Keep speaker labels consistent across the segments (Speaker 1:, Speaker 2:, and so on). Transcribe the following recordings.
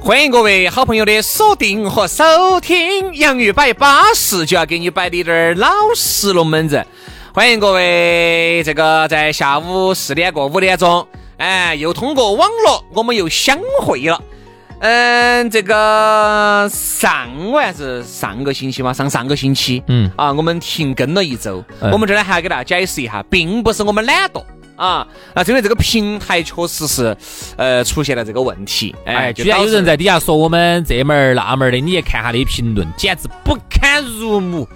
Speaker 1: 欢迎各位好朋友的锁定和收听，洋芋摆巴适就要给你摆的点儿老实龙门阵。欢迎各位，这个在下午四点过五点钟，哎，又通过网络我们又相会了。嗯，这个上我还是上个星期嘛，上上个星期，
Speaker 2: 嗯
Speaker 1: 啊，我们停更了一周。
Speaker 2: 嗯
Speaker 1: 我们这儿呢还要给大家解释一下，并不是我们懒惰。啊，那真的这个平台确实是，呃，出现了这个问题，
Speaker 3: 哎，
Speaker 1: 就
Speaker 3: 居然
Speaker 1: 导
Speaker 3: 有
Speaker 1: 致
Speaker 3: 人在底下说我们这门儿那门儿的，你去看下那些评论，简直不堪入目。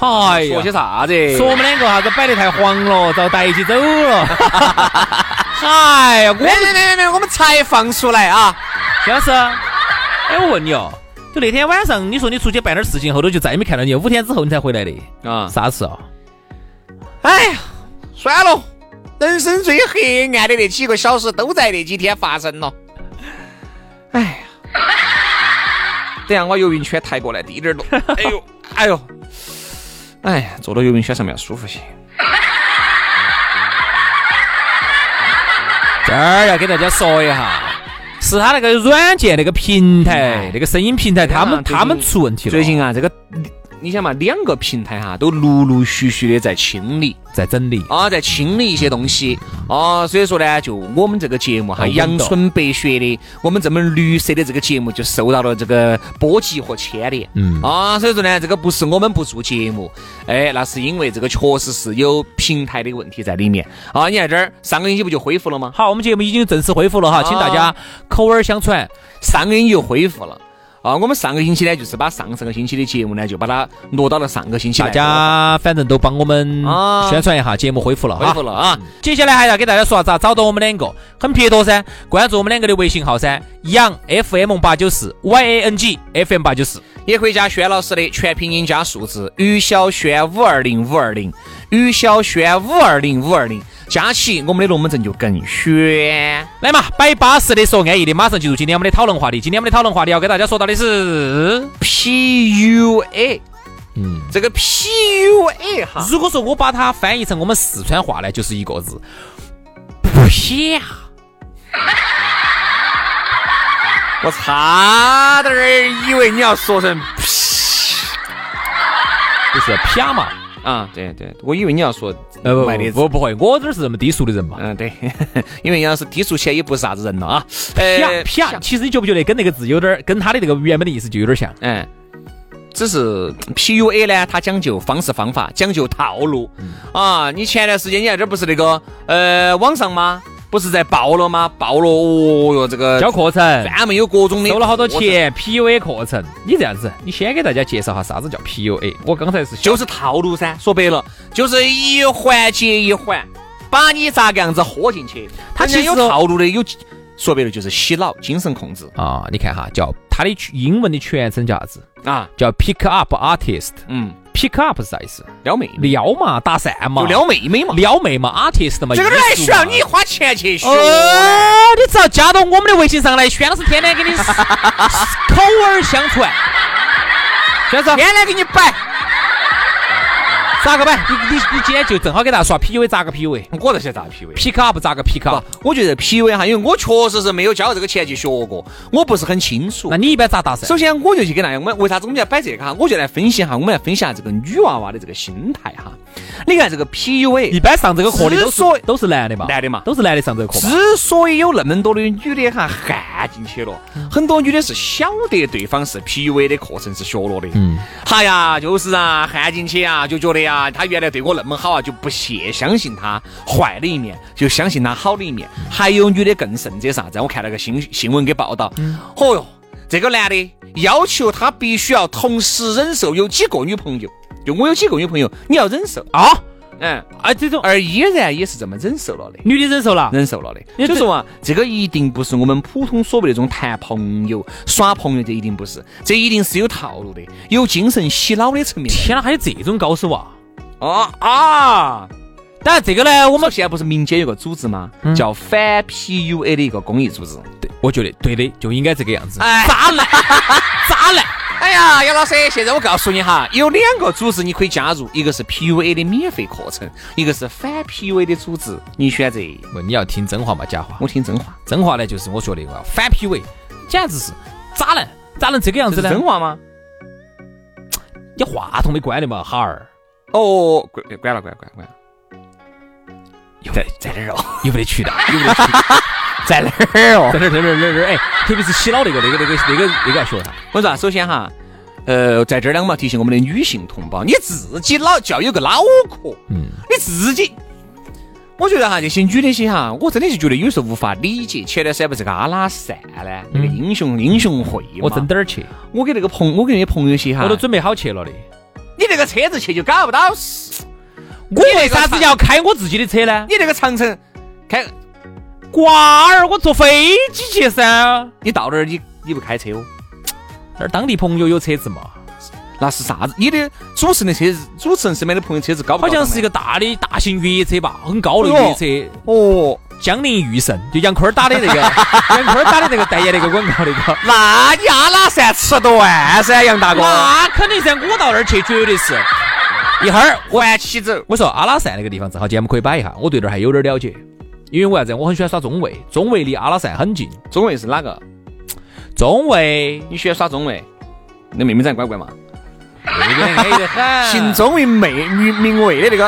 Speaker 3: 哎呀
Speaker 1: 说，些啥子？
Speaker 3: 说我们两个啥子摆得太黄了，遭逮起走 了。哎呀，我
Speaker 1: 来来来来来，我们才放出来啊！
Speaker 3: 徐老师，哎，我问你哦，就那天晚上你说你出去办点事情，后头就再也没看到你，五天之后你才回来的，
Speaker 1: 啊，
Speaker 3: 啥事哦？
Speaker 1: 哎呀，算了，人生最黑暗的那几个小时都在那几天发生了。哎呀，等下我游泳圈抬过来低点儿落。哎呦，哎呦，哎呀，坐到游泳圈上面要舒服些。
Speaker 3: 这儿要给大家说一下，是他那个软件那个平台
Speaker 1: 嗯，
Speaker 3: 那个声音平台，他
Speaker 1: 啊
Speaker 3: 们
Speaker 1: 最近
Speaker 3: 他们出问题了。
Speaker 1: 最近啊，这个你想嘛，两个平台哈、都陆陆续续的在清理。
Speaker 3: 在整理，
Speaker 1: 啊，在清理一些东西啊，所以说呢，就我们这个节目哈，
Speaker 3: 哦
Speaker 1: 阳春白雪的，我们这么绿色的这个节目就受到了这个波及和牵连。
Speaker 3: 嗯
Speaker 1: 啊，所以说呢，这个不是我们不做节目，哎，那是因为这个确实是有平台的问题在里面啊。你看这儿，上个星期不就恢复了吗？
Speaker 3: 好，我们节目已经正式恢复了哈，请大家口耳相传。
Speaker 1: 上个星期又恢复了。啊，我们上个星期呢，就是把上上个星期的节目呢，就把它挪到了上个星期
Speaker 3: 大
Speaker 1: 来
Speaker 3: 家反正都帮我们
Speaker 1: 啊
Speaker 3: 宣传一下，节目恢复了
Speaker 1: 恢
Speaker 3: 哈
Speaker 1: 复。了啊。
Speaker 3: 接下来还要给大家说下咋找到我们两个，很撇脱噻，关注我们两个的微信号噻，杨 FM 八九四 Y A N G F M 八九四。
Speaker 1: 也可以加轩老师的全拼音加数字，于小轩五二零五二零，于小轩五二零五二零，加起我们的龙门阵就更轩。
Speaker 3: 来嘛，摆巴适的，说安逸的，马上进入今天我们的讨论话题。今天我们的讨论话题要给大家说到的是，
Speaker 1: PUA，
Speaker 3: 嗯，
Speaker 1: 这个 PUA 哈，
Speaker 3: 如果说我把它翻译成我们四川话呢，就是一个字，嗯啪。
Speaker 1: 我差点儿以为你要说成
Speaker 3: 就是啪嘛，
Speaker 1: 啊，对对，我以为你要说
Speaker 3: 呃
Speaker 1: 卖的
Speaker 3: 不不不会，我这儿是这么低俗的人嘛，
Speaker 1: 嗯对， 因为杨老师低俗起来也不是啥子人了啊，
Speaker 3: 啪啪，其实你觉不觉得跟那个字有点儿，跟他的那个原本的意思就有点儿像？
Speaker 1: 嗯，只是 PUA 呢，它讲究方式方法，讲究套路、
Speaker 3: 嗯
Speaker 1: 啊。你前段时间你看这不是那个呃网上吗？不是在爆了吗？爆了，哦哟，这个
Speaker 3: 教课程
Speaker 1: 专门有 各种的，
Speaker 3: 收了好多，钱，PUA 课程。你这样子，你先给大家介绍下啥子叫 PUA。我刚才是
Speaker 1: 就是套路噻。说白了，就是一环接一环，把你咋个样子豁进去。
Speaker 3: 它其实
Speaker 1: 人家有套路的，有说白了就是洗脑、精神控制
Speaker 3: 啊，你看哈，叫它的全英文的全称叫啥子？
Speaker 1: 啊。
Speaker 3: 叫 Pick Up Artist。
Speaker 1: 嗯，
Speaker 3: Pick Up 是啥意思？
Speaker 1: 撩妹，
Speaker 3: 撩嘛，搭讪嘛，
Speaker 1: 就撩妹妹嘛。
Speaker 3: 撩妹嘛，artist 嘛，
Speaker 1: 这个
Speaker 3: 艺
Speaker 1: 哪
Speaker 3: 术
Speaker 1: 还需
Speaker 3: 嘛
Speaker 1: 要你花钱去学？
Speaker 3: 哦，你只要加到我们的微信上来，轩老师天天给你 口耳相传。轩老师
Speaker 1: 天天给你摆。
Speaker 3: 咋个摆？你你你今天就正好给大家耍 PUA，咋个 PUA？
Speaker 1: 我这些咋 P V？
Speaker 3: pick up 咋个 pick up？
Speaker 1: 我觉得 P V 哈，因为我确实是没有交这个钱去学过，我不是很清楚
Speaker 3: 那。你一般咋搭
Speaker 1: 首
Speaker 3: 讪？
Speaker 1: 先，我就去给大家，我们为啥子我们要摆这个哈？我就来分析哈，我们来分析下这个女娃娃的这个心态哈。你看这个 PUA，
Speaker 3: 一般上这个课的都
Speaker 1: 之所以
Speaker 3: 是都是男的嘛，
Speaker 1: 男的嘛
Speaker 3: 都是男的上这个课嘛。
Speaker 1: 之所以有那么多的女的哈陷进去了，很多女的是晓得对方是 PUA 的课程是学了的，嗯，哈呀，就是啊，陷进去啊，就觉得呀、他原来对我那么好啊，就不屑相信他坏的一面，就相信他好的一面。还有女的更甚者啥子？我看了个新新闻给报道，哦哟，这个男的要求他必须要同时忍受有几个女朋友，就我有几个女朋友，你要忍受，
Speaker 3: 啊
Speaker 1: 嗯，
Speaker 3: 啊，这种
Speaker 1: 而依然也是这么忍受了的。
Speaker 3: 女的忍受了，
Speaker 1: 忍受了的。
Speaker 3: 啊因为
Speaker 1: 就
Speaker 3: 这
Speaker 1: 说啊，这个一定不是我们普通所谓那种谈朋友、耍朋友，这一定不是，这一定是有套路的，有精神洗脑的层面的。
Speaker 3: 天哪，还有这种高手啊！
Speaker 1: 啊啊！
Speaker 3: 当然这个呢，我
Speaker 1: 我
Speaker 3: 们
Speaker 1: 们现在不是民间有个组织吗？
Speaker 3: 嗯
Speaker 1: 叫反 PUA 的一个公益组织。
Speaker 3: 我觉得对的，就应该这个样子。
Speaker 1: 哎，
Speaker 3: 渣男， 渣男，
Speaker 1: 哎呀，杨老师，现在我告诉你哈，有两个组织你可以加入，一个是 PUA 的免费课程，一个是反 PUA 的组织，你选择。
Speaker 3: 不你要听真话嘛，假话
Speaker 1: 我？听真话，
Speaker 3: 真话呢，就是我说的啊，反 PUA，简直是渣男，咋能这个样
Speaker 1: 这
Speaker 3: 子
Speaker 1: 是
Speaker 3: 呢？
Speaker 1: 真话吗？
Speaker 3: 你话筒没关的嘛，哈儿，
Speaker 1: 哦，关关了，关了，关了关了。
Speaker 3: 在在哪儿哦？ 有没得渠道？有没得渠 道？
Speaker 1: 在哪儿哦
Speaker 3: 在？哪儿？在哪儿？在哪儿？哎，特别是洗脑那个、那个、那个、那个、那个要学他。
Speaker 1: 我说、啊，首先哈，呃，在这儿呢，我们要提醒我们的女性同胞，你自己脑就要有个脑壳，嗯，你自己。我觉得哈，这些女的些哈，我真的是觉得有时候无法理解。前段时间不是个阿拉善呢，那个英雄英雄会嘛，
Speaker 3: 嗯我真，点儿去，
Speaker 1: 我给那个朋，我给那些朋友些哈，
Speaker 3: 我都准备好去了的。
Speaker 1: 你那个车子去就搞不到，
Speaker 3: 我为啥子要开我自己的车呢？
Speaker 1: 你那个长城开，
Speaker 3: 瓜儿，我坐飞机去噻。
Speaker 1: 你到那儿你你不开车哦，
Speaker 3: 那儿当地朋友有车子嘛？
Speaker 1: 那是啥子？你的主持人的车子，主持人身边的朋友车子哦搞不
Speaker 3: 好
Speaker 1: 到的吗，
Speaker 3: 像是一个大的大型越野车吧，很高的
Speaker 1: 哎
Speaker 3: 越
Speaker 1: 呦
Speaker 3: 野车，
Speaker 1: 哦，
Speaker 3: 江铃驭胜，就杨坤儿打的 那个，杨坤儿打的那个代言那个广告那个。
Speaker 1: 那你阿拉善吃断噻，杨大哥。
Speaker 3: 那肯定噻，我到那儿去绝对是。一会儿我
Speaker 1: 环起走。
Speaker 3: 我说阿拉善那个地方正好，今天我们可以摆一下，我对那儿还有点了解。因为为啥子？我很喜欢耍中卫，中卫离阿拉善很近。
Speaker 1: 中卫是哪个？
Speaker 3: 中卫
Speaker 1: 你喜欢耍中卫？那妹妹长得乖乖嘛？
Speaker 3: 那个人 黑得很。
Speaker 1: 行，中卫妹女名卫的那个，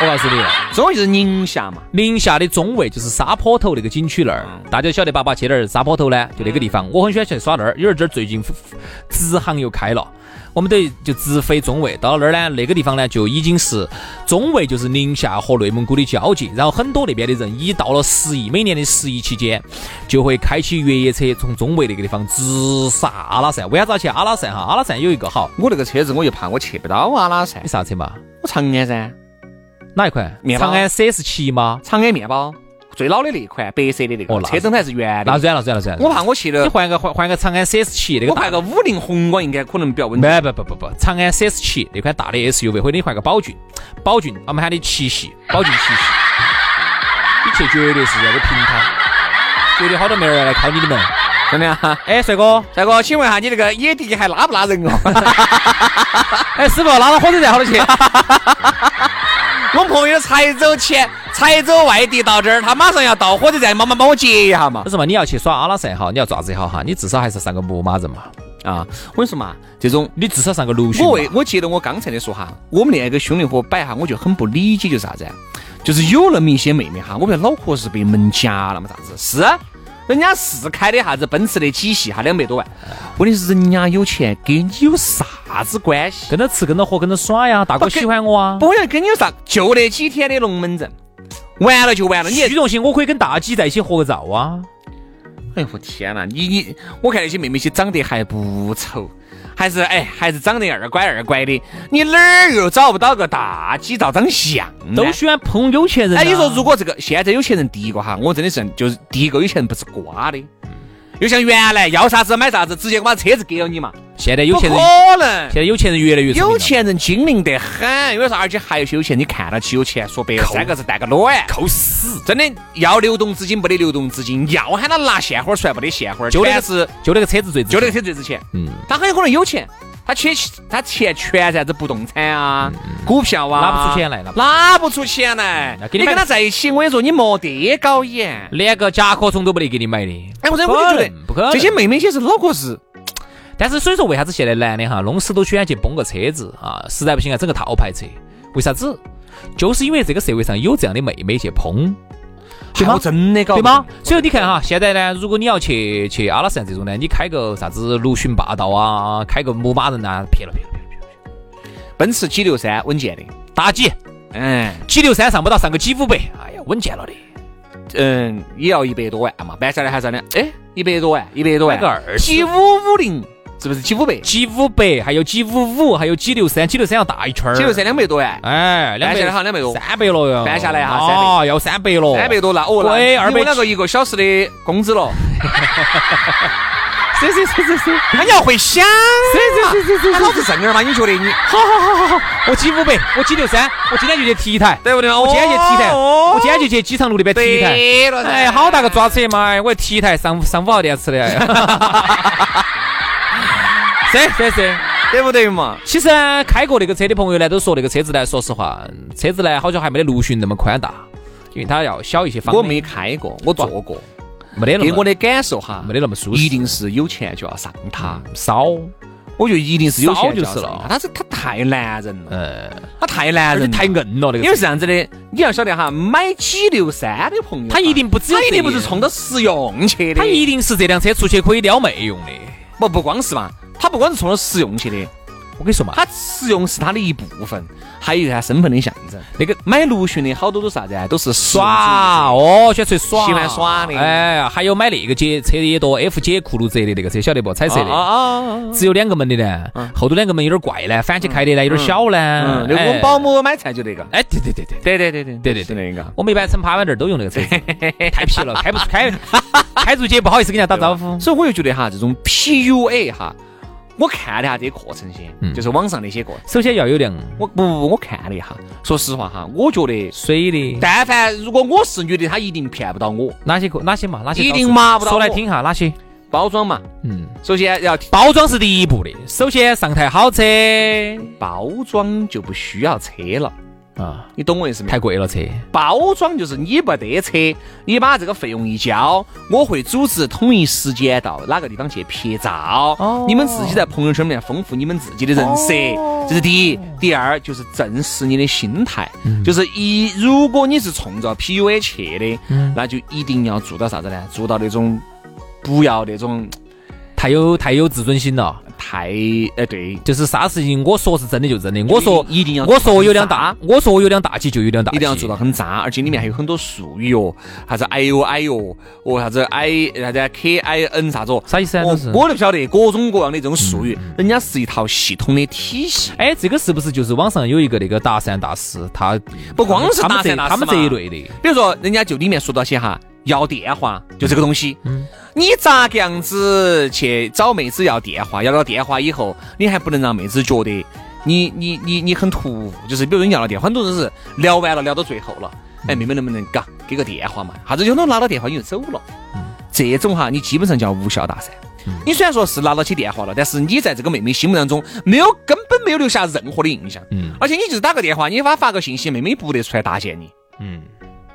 Speaker 3: 我告诉你，
Speaker 1: 中卫是宁夏嘛？
Speaker 3: 宁夏的中卫就是沙坡头那个景区那
Speaker 1: 嗯
Speaker 3: 儿，大家晓得爸爸去哪儿？沙坡头呢，就那个地方，我很喜欢去耍那儿。因为这儿最近直航又开了。我们等于就直飞中卫，到那儿呢，那个地方呢就已经是中卫，就是宁夏和内蒙古的交界。然后很多那边的人一到了十一，每年的十一期间，就会开起越野车从中卫那个地方直杀阿拉善。为啥子要去阿拉善哈？阿拉善有一个好，
Speaker 1: 我那个车子我就怕我去不到阿拉善
Speaker 3: 你，啥车嘛？
Speaker 1: 我长安噻，
Speaker 3: 哪一款？
Speaker 1: 面包
Speaker 3: 长安 CS 七吗？
Speaker 1: 长安面包最老的那一款，白色的那
Speaker 3: 哦
Speaker 1: 个，
Speaker 3: 那
Speaker 1: 车灯还是圆
Speaker 3: 那
Speaker 1: 的。
Speaker 3: 软了软了软了。
Speaker 1: 我怕我去
Speaker 3: 你
Speaker 1: 了，
Speaker 3: 换个换换个长安 CS 七那个
Speaker 1: 我
Speaker 3: 大
Speaker 1: 怕个五菱宏光应该可能比较稳。
Speaker 3: 没不不不不，长安 CS 七那款大的 SUV，或者你换个宝骏，宝骏我们喊的七系，宝骏七系，你去绝对是那个平摊，绝对好多妹儿要来敲你的门。
Speaker 1: 真的啊，
Speaker 3: 哎，帅哥，
Speaker 1: 帅哥，请问一下你那个野地还拉不拉人哦？
Speaker 3: 哎，师傅，拉到火车站好多去？
Speaker 1: 我朋友才走前，才走外地到这儿，他马上要到火车站，麻烦帮我接一下嘛
Speaker 3: 不。是嘛，你要去耍阿拉善哈，你要爪子也好哈，你至少还是上个牧马人嘛，
Speaker 1: 啊，我跟你说嘛，这种
Speaker 3: 你至少上个陆巡
Speaker 1: 我
Speaker 3: 嘛。
Speaker 1: 为我接着我刚才的说哈，我们那个兄弟伙摆哈，我就很不理解，就是啥子啊？就是有那么一些妹妹哈，我们的脑壳是被门夹了嘛？啥子？是，啊人家是开的啥子奔驰的几系哈，两百多万。问题是人家有钱，跟你有啥子关系？
Speaker 3: 跟着吃，跟着喝，跟着耍呀，大哥
Speaker 1: 不跟
Speaker 3: 喜欢我啊。
Speaker 1: 不会跟你有啥？就那几天的龙门阵，完了就完了。你
Speaker 3: 虚荣心，我可以跟大姐在一起合个照啊。
Speaker 1: 哎呦我天呐，你你，我看那些妹妹些长得还不丑，还是哎还是长得二乖二乖的，你哪儿又找不到个大鸡照张相呢？
Speaker 3: 都喜欢碰有钱人啊。
Speaker 1: 嗯哎，你说如果这个现在有钱人，第一个哈，我真的是就是第一个有钱人不是瓜的，又像原来要啥子买啥子，直接把车子给了你嘛，
Speaker 3: 现在有钱人
Speaker 1: 不，可能。
Speaker 3: 现在有钱人越来越聪明了
Speaker 1: 有钱人精明得很，因为啥？而且还有些有钱，你看到起有钱，说白了三个字，蛋个卵。
Speaker 3: 扣死。
Speaker 1: 真的要流动资金没得流动资金，要喊他拿现花儿出来没得现花儿，
Speaker 3: 就那
Speaker 1: 全
Speaker 3: 个
Speaker 1: 是
Speaker 3: 就那个车子最值
Speaker 1: 就那
Speaker 3: 钱
Speaker 1: 个车最值钱。
Speaker 3: 嗯，
Speaker 1: 他很有可能有钱，他钱他钱全在这不动产啊、股票啊，
Speaker 3: 拿嗯不出钱来拿不出嗯
Speaker 1: 拿不出钱来
Speaker 3: 那。给你
Speaker 1: 你
Speaker 3: 买
Speaker 1: 跟他在一起，我跟你说，你没得搞眼。
Speaker 3: 连个甲壳虫都不得给你买的。
Speaker 1: 哎，我真
Speaker 3: 不
Speaker 1: 我
Speaker 3: 可
Speaker 1: 就觉
Speaker 3: 能
Speaker 1: 得
Speaker 3: 不可能
Speaker 1: 这些妹妹些是脑壳是
Speaker 3: 但是所以说，为啥子现在男的哈，弄死都喜欢去崩个车子啊？实在不行啊，整个套牌车。为啥子？就是因为这个社会上有这样的妹妹去崩，对吗
Speaker 1: 我？真的搞
Speaker 3: 对
Speaker 1: 不
Speaker 3: 吗
Speaker 1: 懂？
Speaker 3: 所以你看哈，现在呢，如果你要去去阿拉善这种呢，你开个啥子陆巡霸道啊，开个牧马人啊，撇了撇了撇了撇了，
Speaker 1: 奔驰 G 六三稳健的，
Speaker 3: 打几
Speaker 1: 嗯
Speaker 3: G 六三上不到，上个 G 五百，哎呀，稳健了的。
Speaker 1: 嗯，也要一百多万嘛，搬下来还是的，哎，一百多万，一百多万，
Speaker 3: 买个二十
Speaker 1: 哎 G 五五零是不是 G 五百
Speaker 3: G 五百，还有 G 五五，还有 G 六三，G 六三要大一圈儿。
Speaker 1: ？G 六三两百多万，
Speaker 3: 哎，两
Speaker 1: 搬
Speaker 3: 百
Speaker 1: 下来好像两百多，
Speaker 3: 三百了哟，
Speaker 1: 搬下来哈三百
Speaker 3: 啊，要三百了，
Speaker 1: 三百多了，哦，那
Speaker 3: 贵二百
Speaker 1: 你们两个一个小时的工资了，
Speaker 3: 是是是是是，
Speaker 1: 那你要会想嘛，是是是是，老子正儿嘛，你觉得你
Speaker 3: 好好好好好，我 G 五百，我 G 六三，我今天就去 T 一台，
Speaker 1: 对不对嘛？
Speaker 3: 我今天去 T 一台，
Speaker 1: 哦
Speaker 3: 我今天就去机场路那边 T 一台。
Speaker 1: 对了噻，
Speaker 3: 哎，好大个抓扯嘛！哎我要 T 一台上上五号电池的， 是是是。
Speaker 1: 对不对嘛？
Speaker 3: 其实呢，开过那个车的朋友呢，都说那个车子呢，说实话，嗯车子呢好像还没得陆巡那么宽大，因为它要小一些方
Speaker 1: 我
Speaker 3: 面。
Speaker 1: 没开过，我坐过，
Speaker 3: 没得那
Speaker 1: 给
Speaker 3: 么
Speaker 1: 我的感受哈，
Speaker 3: 没得那么舒适
Speaker 1: 一定是有钱就要上它。
Speaker 3: 少，
Speaker 1: 我觉得一定是有
Speaker 3: 骚
Speaker 1: 钱
Speaker 3: 就
Speaker 1: 就是是
Speaker 3: 了
Speaker 1: 了。他是他太男人了，
Speaker 3: 呃，
Speaker 1: 他太男
Speaker 3: 而且
Speaker 1: 人了，
Speaker 3: 太硬了那个
Speaker 1: 因为
Speaker 3: 车。
Speaker 1: 是这样子的，你要晓得哈，买 G 六三的朋友哈，
Speaker 3: 他一定不只有
Speaker 1: 他一
Speaker 3: 这
Speaker 1: 定不是冲着实用去的，
Speaker 3: 它一定是这辆车出去可以撩妹用的。
Speaker 1: 不不光是嘛，他不光是冲着实用去的，
Speaker 3: 我跟你说嘛，
Speaker 1: 他实用是他的一部分，还有他身份的象征。
Speaker 3: 那个
Speaker 1: 买陆巡的好多都是啥子啊？都是实用主义
Speaker 3: 耍哦，喜欢出去耍，
Speaker 1: 喜欢耍的
Speaker 3: 哎呀，还有买那个街车的也多，F 街酷路泽的那个车，晓得不？彩色
Speaker 1: 啊
Speaker 3: 的，
Speaker 1: 啊啊！啊
Speaker 3: 只有两个门的呢，后头两个门有点怪呢，反起开的呢有点小呢。
Speaker 1: 嗯，那个我
Speaker 3: 哎
Speaker 1: 们保。姆买菜就那个，
Speaker 3: 哎，对对对对。
Speaker 1: 对对对对
Speaker 3: 对对对
Speaker 1: 是那个。
Speaker 3: 我们一般乘爬板凳都用那个车 子，太皮了，开 不出开，开出去不好意思跟人家打招呼。
Speaker 1: 所以我就觉得哈，这种 PUA 哈，我看了一下这些课程先，就是网上那些课
Speaker 3: 首先要有辆
Speaker 1: 我不不，不我看了一下，说实话哈，我觉得，
Speaker 3: 水的，
Speaker 1: 但凡如果我是女的，她一定骗不到我。
Speaker 3: 哪些可哪些嘛，哪些
Speaker 1: 一
Speaker 3: 高
Speaker 1: 定
Speaker 3: 速
Speaker 1: 麻不到
Speaker 3: 说来
Speaker 1: 我
Speaker 3: 听哈，哪些？
Speaker 1: 包装嘛，
Speaker 3: 嗯，
Speaker 1: 首先要
Speaker 3: 包装是第一步的，首先上台好车
Speaker 1: 包装就不需要车了，
Speaker 3: 啊，
Speaker 1: 你懂我意思没
Speaker 3: 太
Speaker 1: 有？
Speaker 3: 贵了车。
Speaker 1: 包装就是你不得车，你把这个费用一交，我会组织统一时间到哪个地方去拍照，
Speaker 3: 哦
Speaker 1: 你们自己在朋友圈里面丰富你们自己的人设，这是第一。第二就是正视你的心态，就是一如果你是冲着 PUA 去的，那就一定要做到啥子呢？做到那种不要那种
Speaker 3: 太有太有自尊心了，
Speaker 1: 太哎对，
Speaker 3: 就是啥事情我说是真的就真的，我说
Speaker 1: 一定要
Speaker 3: 我说我有辆
Speaker 1: 很
Speaker 3: 大
Speaker 1: 渣，
Speaker 3: 我说我有辆大 G 就有辆大 G，
Speaker 1: 一定要做到很渣，而且里面还有很多术语哦，啥子哎呦哎呦，哦啥子 i 啥子 k i n 嗯啥子哦，
Speaker 3: 啥意思啊？
Speaker 1: 我
Speaker 3: 都是
Speaker 1: 我都不晓得各种各样的这种术语，人家是一套系统的体系。
Speaker 3: 哎，这个是不是就是网上有一个那个搭讪大师，他
Speaker 1: 不光是
Speaker 3: 他们
Speaker 1: 搭
Speaker 3: 这
Speaker 1: 讪大师
Speaker 3: 他们这一
Speaker 1: 嘛
Speaker 3: 类的，
Speaker 1: 比如说，人家就里面说到些哈，要电话，就这个东西。你咋个样子去找妹子要电话？要了电话以后，你还不能让妹子觉得你你你你很突兀，就是比如你要了电话，很多人是聊完了聊到最后了，哎，妹妹能不能嘎给个电话嘛？啥子有都拿到电话你就走了，这种哈，你基本上叫无效搭讪。你虽然说是拿到起电话了，但是你在这个妹妹心目当中没有根本没有留下任何的印象，
Speaker 3: 嗯
Speaker 1: 而且你就是打个电话，你给她发个信息，妹妹也不得出来搭讪你，
Speaker 3: 嗯，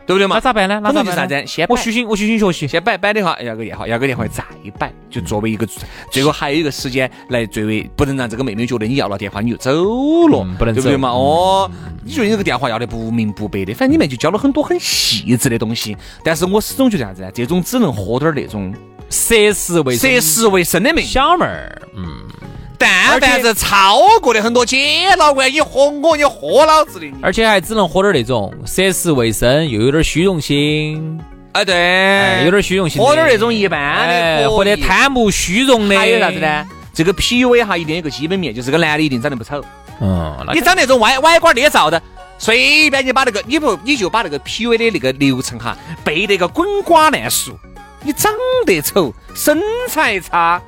Speaker 1: 对不对嘛？
Speaker 3: 那咋办呢？那
Speaker 1: 可
Speaker 3: 咋
Speaker 1: 能就是
Speaker 3: 办
Speaker 1: 啥
Speaker 3: 呢
Speaker 1: 子，先
Speaker 3: 我
Speaker 1: 摆
Speaker 3: 虚心我虚心学习，
Speaker 1: 先摆摆哎的话，要个电话，要个电话再摆，就作为一个最后还有一个时间来作为，不能让这个妹妹觉得你要了电话你就走了，
Speaker 3: 嗯不嗯能
Speaker 1: 对不对嘛？
Speaker 3: 走
Speaker 1: 哦，你觉得你这个电话要得不明不白的，反正里面就教了很多很细致的东西，但是我始终觉得啥子呢？这种只能喝点儿那种
Speaker 3: 涉世未深
Speaker 1: 涉世未深的妹，
Speaker 3: 小妹儿，嗯，
Speaker 1: 但凡是超过的很多姐老倌，你喝我，你喝老子的你，
Speaker 3: 而且还只能喝点那种涉世未深又有点虚荣心，
Speaker 1: 哎对，
Speaker 3: 哎，有点虚荣心的，
Speaker 1: 喝点儿那种一般的
Speaker 3: 哎，
Speaker 1: 可
Speaker 3: 或者
Speaker 1: 以
Speaker 3: 贪慕虚荣的，
Speaker 1: 还有啥子？呢？这个 PUA 哈，一定有一个基本面，就是这个男的一定长得不丑。
Speaker 3: 嗯，那
Speaker 1: 你长那种歪歪瓜裂枣的，随便你把那个，你不你就把那个 PUA 的那个流程哈背得个滚瓜烂熟。你长得丑，身材差，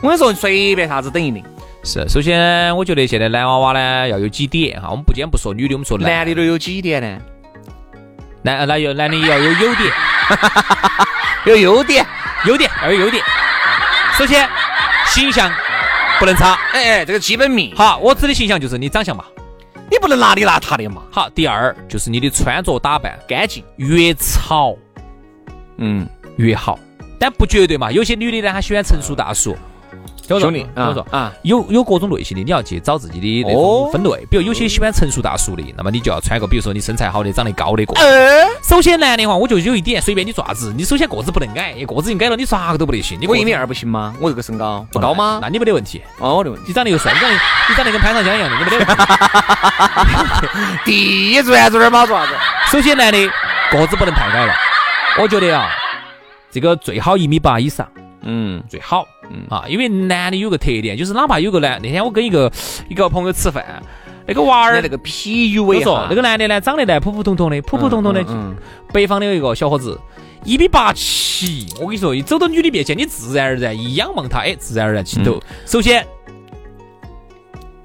Speaker 1: 我跟你说，随便啥子等于零，
Speaker 3: 是，首先我觉得现在男娃娃呢要有几点哈，我们不今天不说女的，我们说
Speaker 1: 男的
Speaker 3: 的，
Speaker 1: 都有几点呢？
Speaker 3: 男男有男的要有优点，
Speaker 1: 有优点，
Speaker 3: 优点要有优点。首先，形象不能差。
Speaker 1: 哎，这个基本面，
Speaker 3: 好，我指的形象就是你长相嘛。
Speaker 1: 你不能邋里邋遢的嘛，
Speaker 3: 好，第二就是你的穿着打扮
Speaker 1: 干净。
Speaker 3: 越潮
Speaker 1: 嗯，
Speaker 3: 越好，但不绝对嘛。有些女的呢，她喜欢成熟大叔。听我说
Speaker 1: 兄弟
Speaker 3: 听
Speaker 1: 啊
Speaker 3: 我说
Speaker 1: 啊，
Speaker 3: 有有各种类型的，你要去找自己的那
Speaker 1: 哦
Speaker 3: 种分类。比如有些喜欢成熟大叔的，那么你就要穿个，比如说你身材好的、长得高的个。
Speaker 1: 啊呃
Speaker 3: 首先男的话，我就有一点，随便你爪子，你首先个子不能矮，个子一矮了，你啥个都不得行。你
Speaker 1: 我一
Speaker 3: 个子
Speaker 1: 米二不行吗？我这个身高不高吗？
Speaker 3: 那你没得问题。
Speaker 1: 哦，我的问题。
Speaker 3: 你长得又帅，你长得你长得跟潘长江一样的，你没 得问题。
Speaker 1: 地砖砖嘛，爪子。
Speaker 3: 首先男的个子不能太矮了，我觉得啊，这个最好一米八以上。
Speaker 1: 嗯
Speaker 3: 最好，
Speaker 1: 嗯
Speaker 3: 啊，因为男的有个特点，就是哪怕有个男，那天我跟一个一个朋友吃饭，那个娃
Speaker 1: 而
Speaker 3: 儿
Speaker 1: 那，个 PUA
Speaker 3: 我说那个男的呢，长得呢普普通通的，普普通通的，
Speaker 1: 嗯
Speaker 3: 北方的有一个小伙子，一米八七，我跟你说，一走到女的面前，你自然而然一仰望他，哎，自然而然起
Speaker 1: 嗯
Speaker 3: 头，首先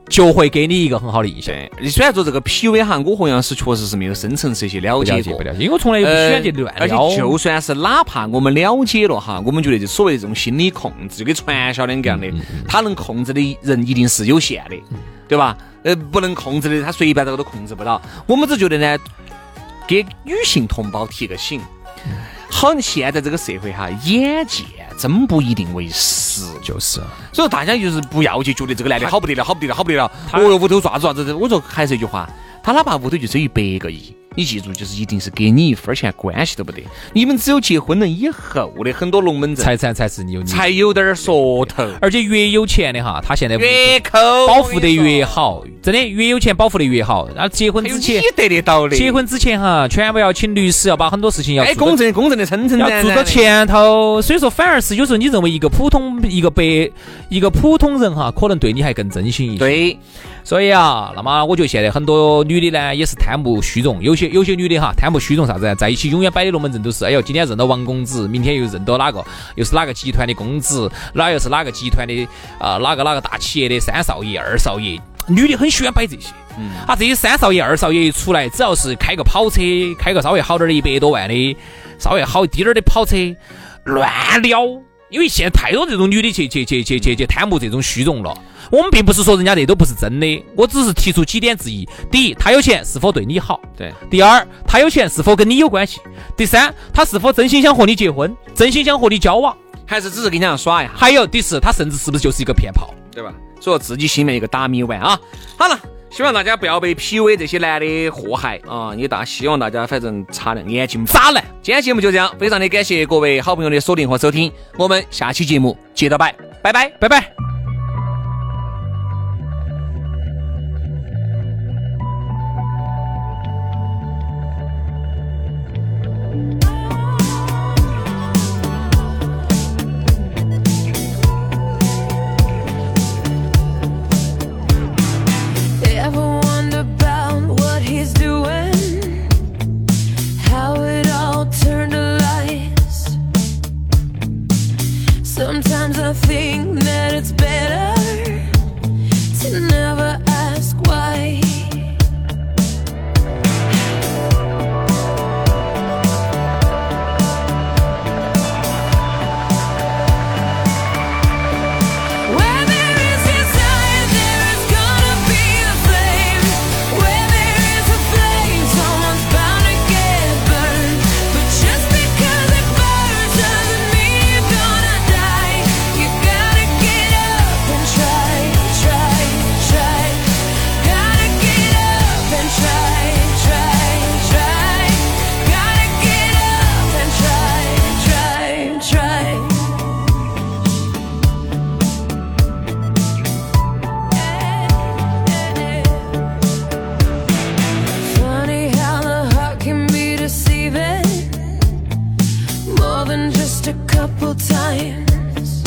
Speaker 3: 就会给你一个很好的印象。
Speaker 1: 对，你虽然说这个 PUA 哈，我和杨师确实是没有深层次去了
Speaker 3: 不
Speaker 1: 解
Speaker 3: 了解
Speaker 1: 过呃
Speaker 3: 不。了解，因为我从来也不喜欢去乱
Speaker 1: 而且
Speaker 3: 撩。
Speaker 1: 就算是哪怕我们了解了哈，我们觉得这所谓的这种心理控制，就跟传销两个样
Speaker 3: 嗯
Speaker 1: 的，他能控制的人一定是有限的，对吧？呃，不能控制的，他随便这个都控制不到。我们只觉得呢，给女性同胞提个醒，
Speaker 3: 嗯
Speaker 1: 好，现在这个社会哈，眼见真不一定为实，
Speaker 3: 就是，
Speaker 1: 所以大家就是不要去觉得这个男的好不得了，好不得了，好不得了。
Speaker 3: 他
Speaker 1: 哦哟，屋头爪子爪子，我说还是一句话，他哪怕屋头就只有一百个亿，你记住，就是一定是给你一分钱关系都不得。你们只有结婚了以后的很多龙门阵
Speaker 3: 财产才是你有你，
Speaker 1: 才有点儿说头，
Speaker 3: 而且越有钱的哈，他现在不
Speaker 1: 越抠
Speaker 3: 保护得越，好，真的越有钱保护得越好。然后结婚
Speaker 1: 还有
Speaker 3: 之
Speaker 1: 你
Speaker 3: 前，
Speaker 1: 得得到的。
Speaker 3: 结婚之前哈，全部要请律师，要把很多事情要
Speaker 1: 哎，
Speaker 3: 做到
Speaker 1: 公正公正的称称
Speaker 3: 要
Speaker 1: 赞
Speaker 3: 做到前头。所以说，反而是有时候你认为一个普通一个白一个普通人哈，可能对你还更真心一些。
Speaker 1: 对，
Speaker 3: 所以啊，那么我觉得现在很多女的呢，也是贪慕虚荣，有些有些女的哈，贪慕虚荣啥子呢？在一起永远摆的龙门阵都是，哎呦，今天认到王公子，明天又认到哪个，又是哪个集团的公子，哪又是哪个集团的啊、哪个哪个大企业的三少爷、二少爷。女的很喜欢摆这些，啊，这些三少爷、二少爷一出来，只要是开个跑车，开个稍微好点儿的，一百多万的，稍微好一滴点儿的跑车，乱撩。因为现在太多这种女的去去去去去去贪慕这种虚荣了。我们并不是说人家这都不是真的，我只是提出几点质疑：第一，他有钱是否对你好；
Speaker 1: 对，
Speaker 3: 第二，他有钱是否跟你有关系；第三，他是否真心想和你结婚，真心想和你交往；
Speaker 1: 还是只是跟人家耍一下。
Speaker 3: 还有第四，他甚至是不是就是一个骗炮？
Speaker 1: 对吧？所以自己心里面一个打米碗啊。好了，希望大家不要被 PUA 这些男的祸害啊！也大希望大家反正擦亮眼睛吧。
Speaker 3: 渣男。
Speaker 1: 今天节目就这样，非常的感谢各位好朋友的锁定和收听，我们下期节目接着摆，拜拜，拜拜。
Speaker 4: Ever wonder about what he's doing? How it all turned to lies? Sometimes I think that it's better to never ask why. Where there is desire, there is gonna be a flame. Where there is a flame, someone's bound to get burned. But just because it burns doesn't mean you're gonna die. You gotta get up and try, try, try. Gotta get up and try, try, try. Gotta get up and try, try, try. Funny how the heart can be deceiving more than just a couple times.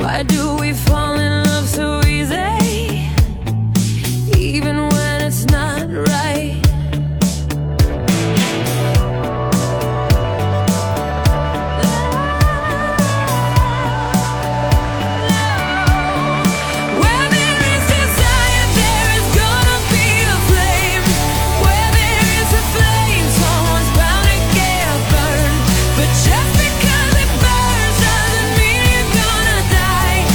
Speaker 4: Why do we fall in love so easy, even when it's not right? Where there is desire, there is gonna be a flame. Where there is a flame, someone's bound to get burned. But just because it burns doesn't mean you're gonna die.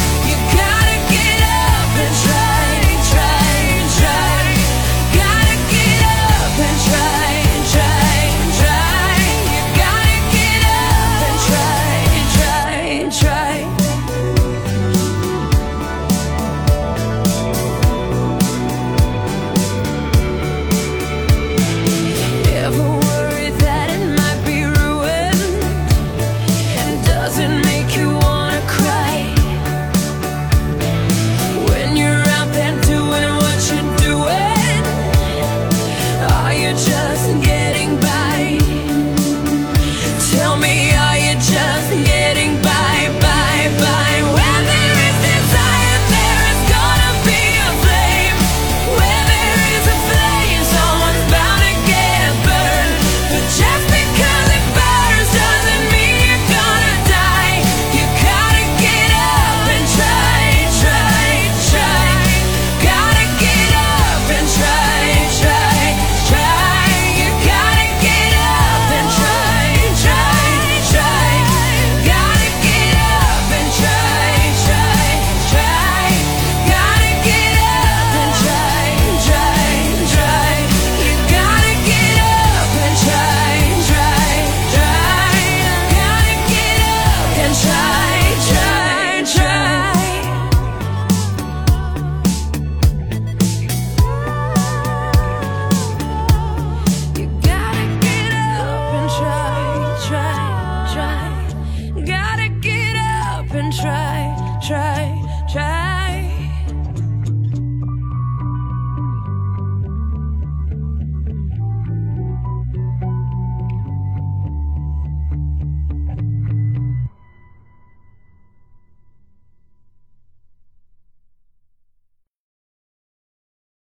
Speaker 4: and try, try, try.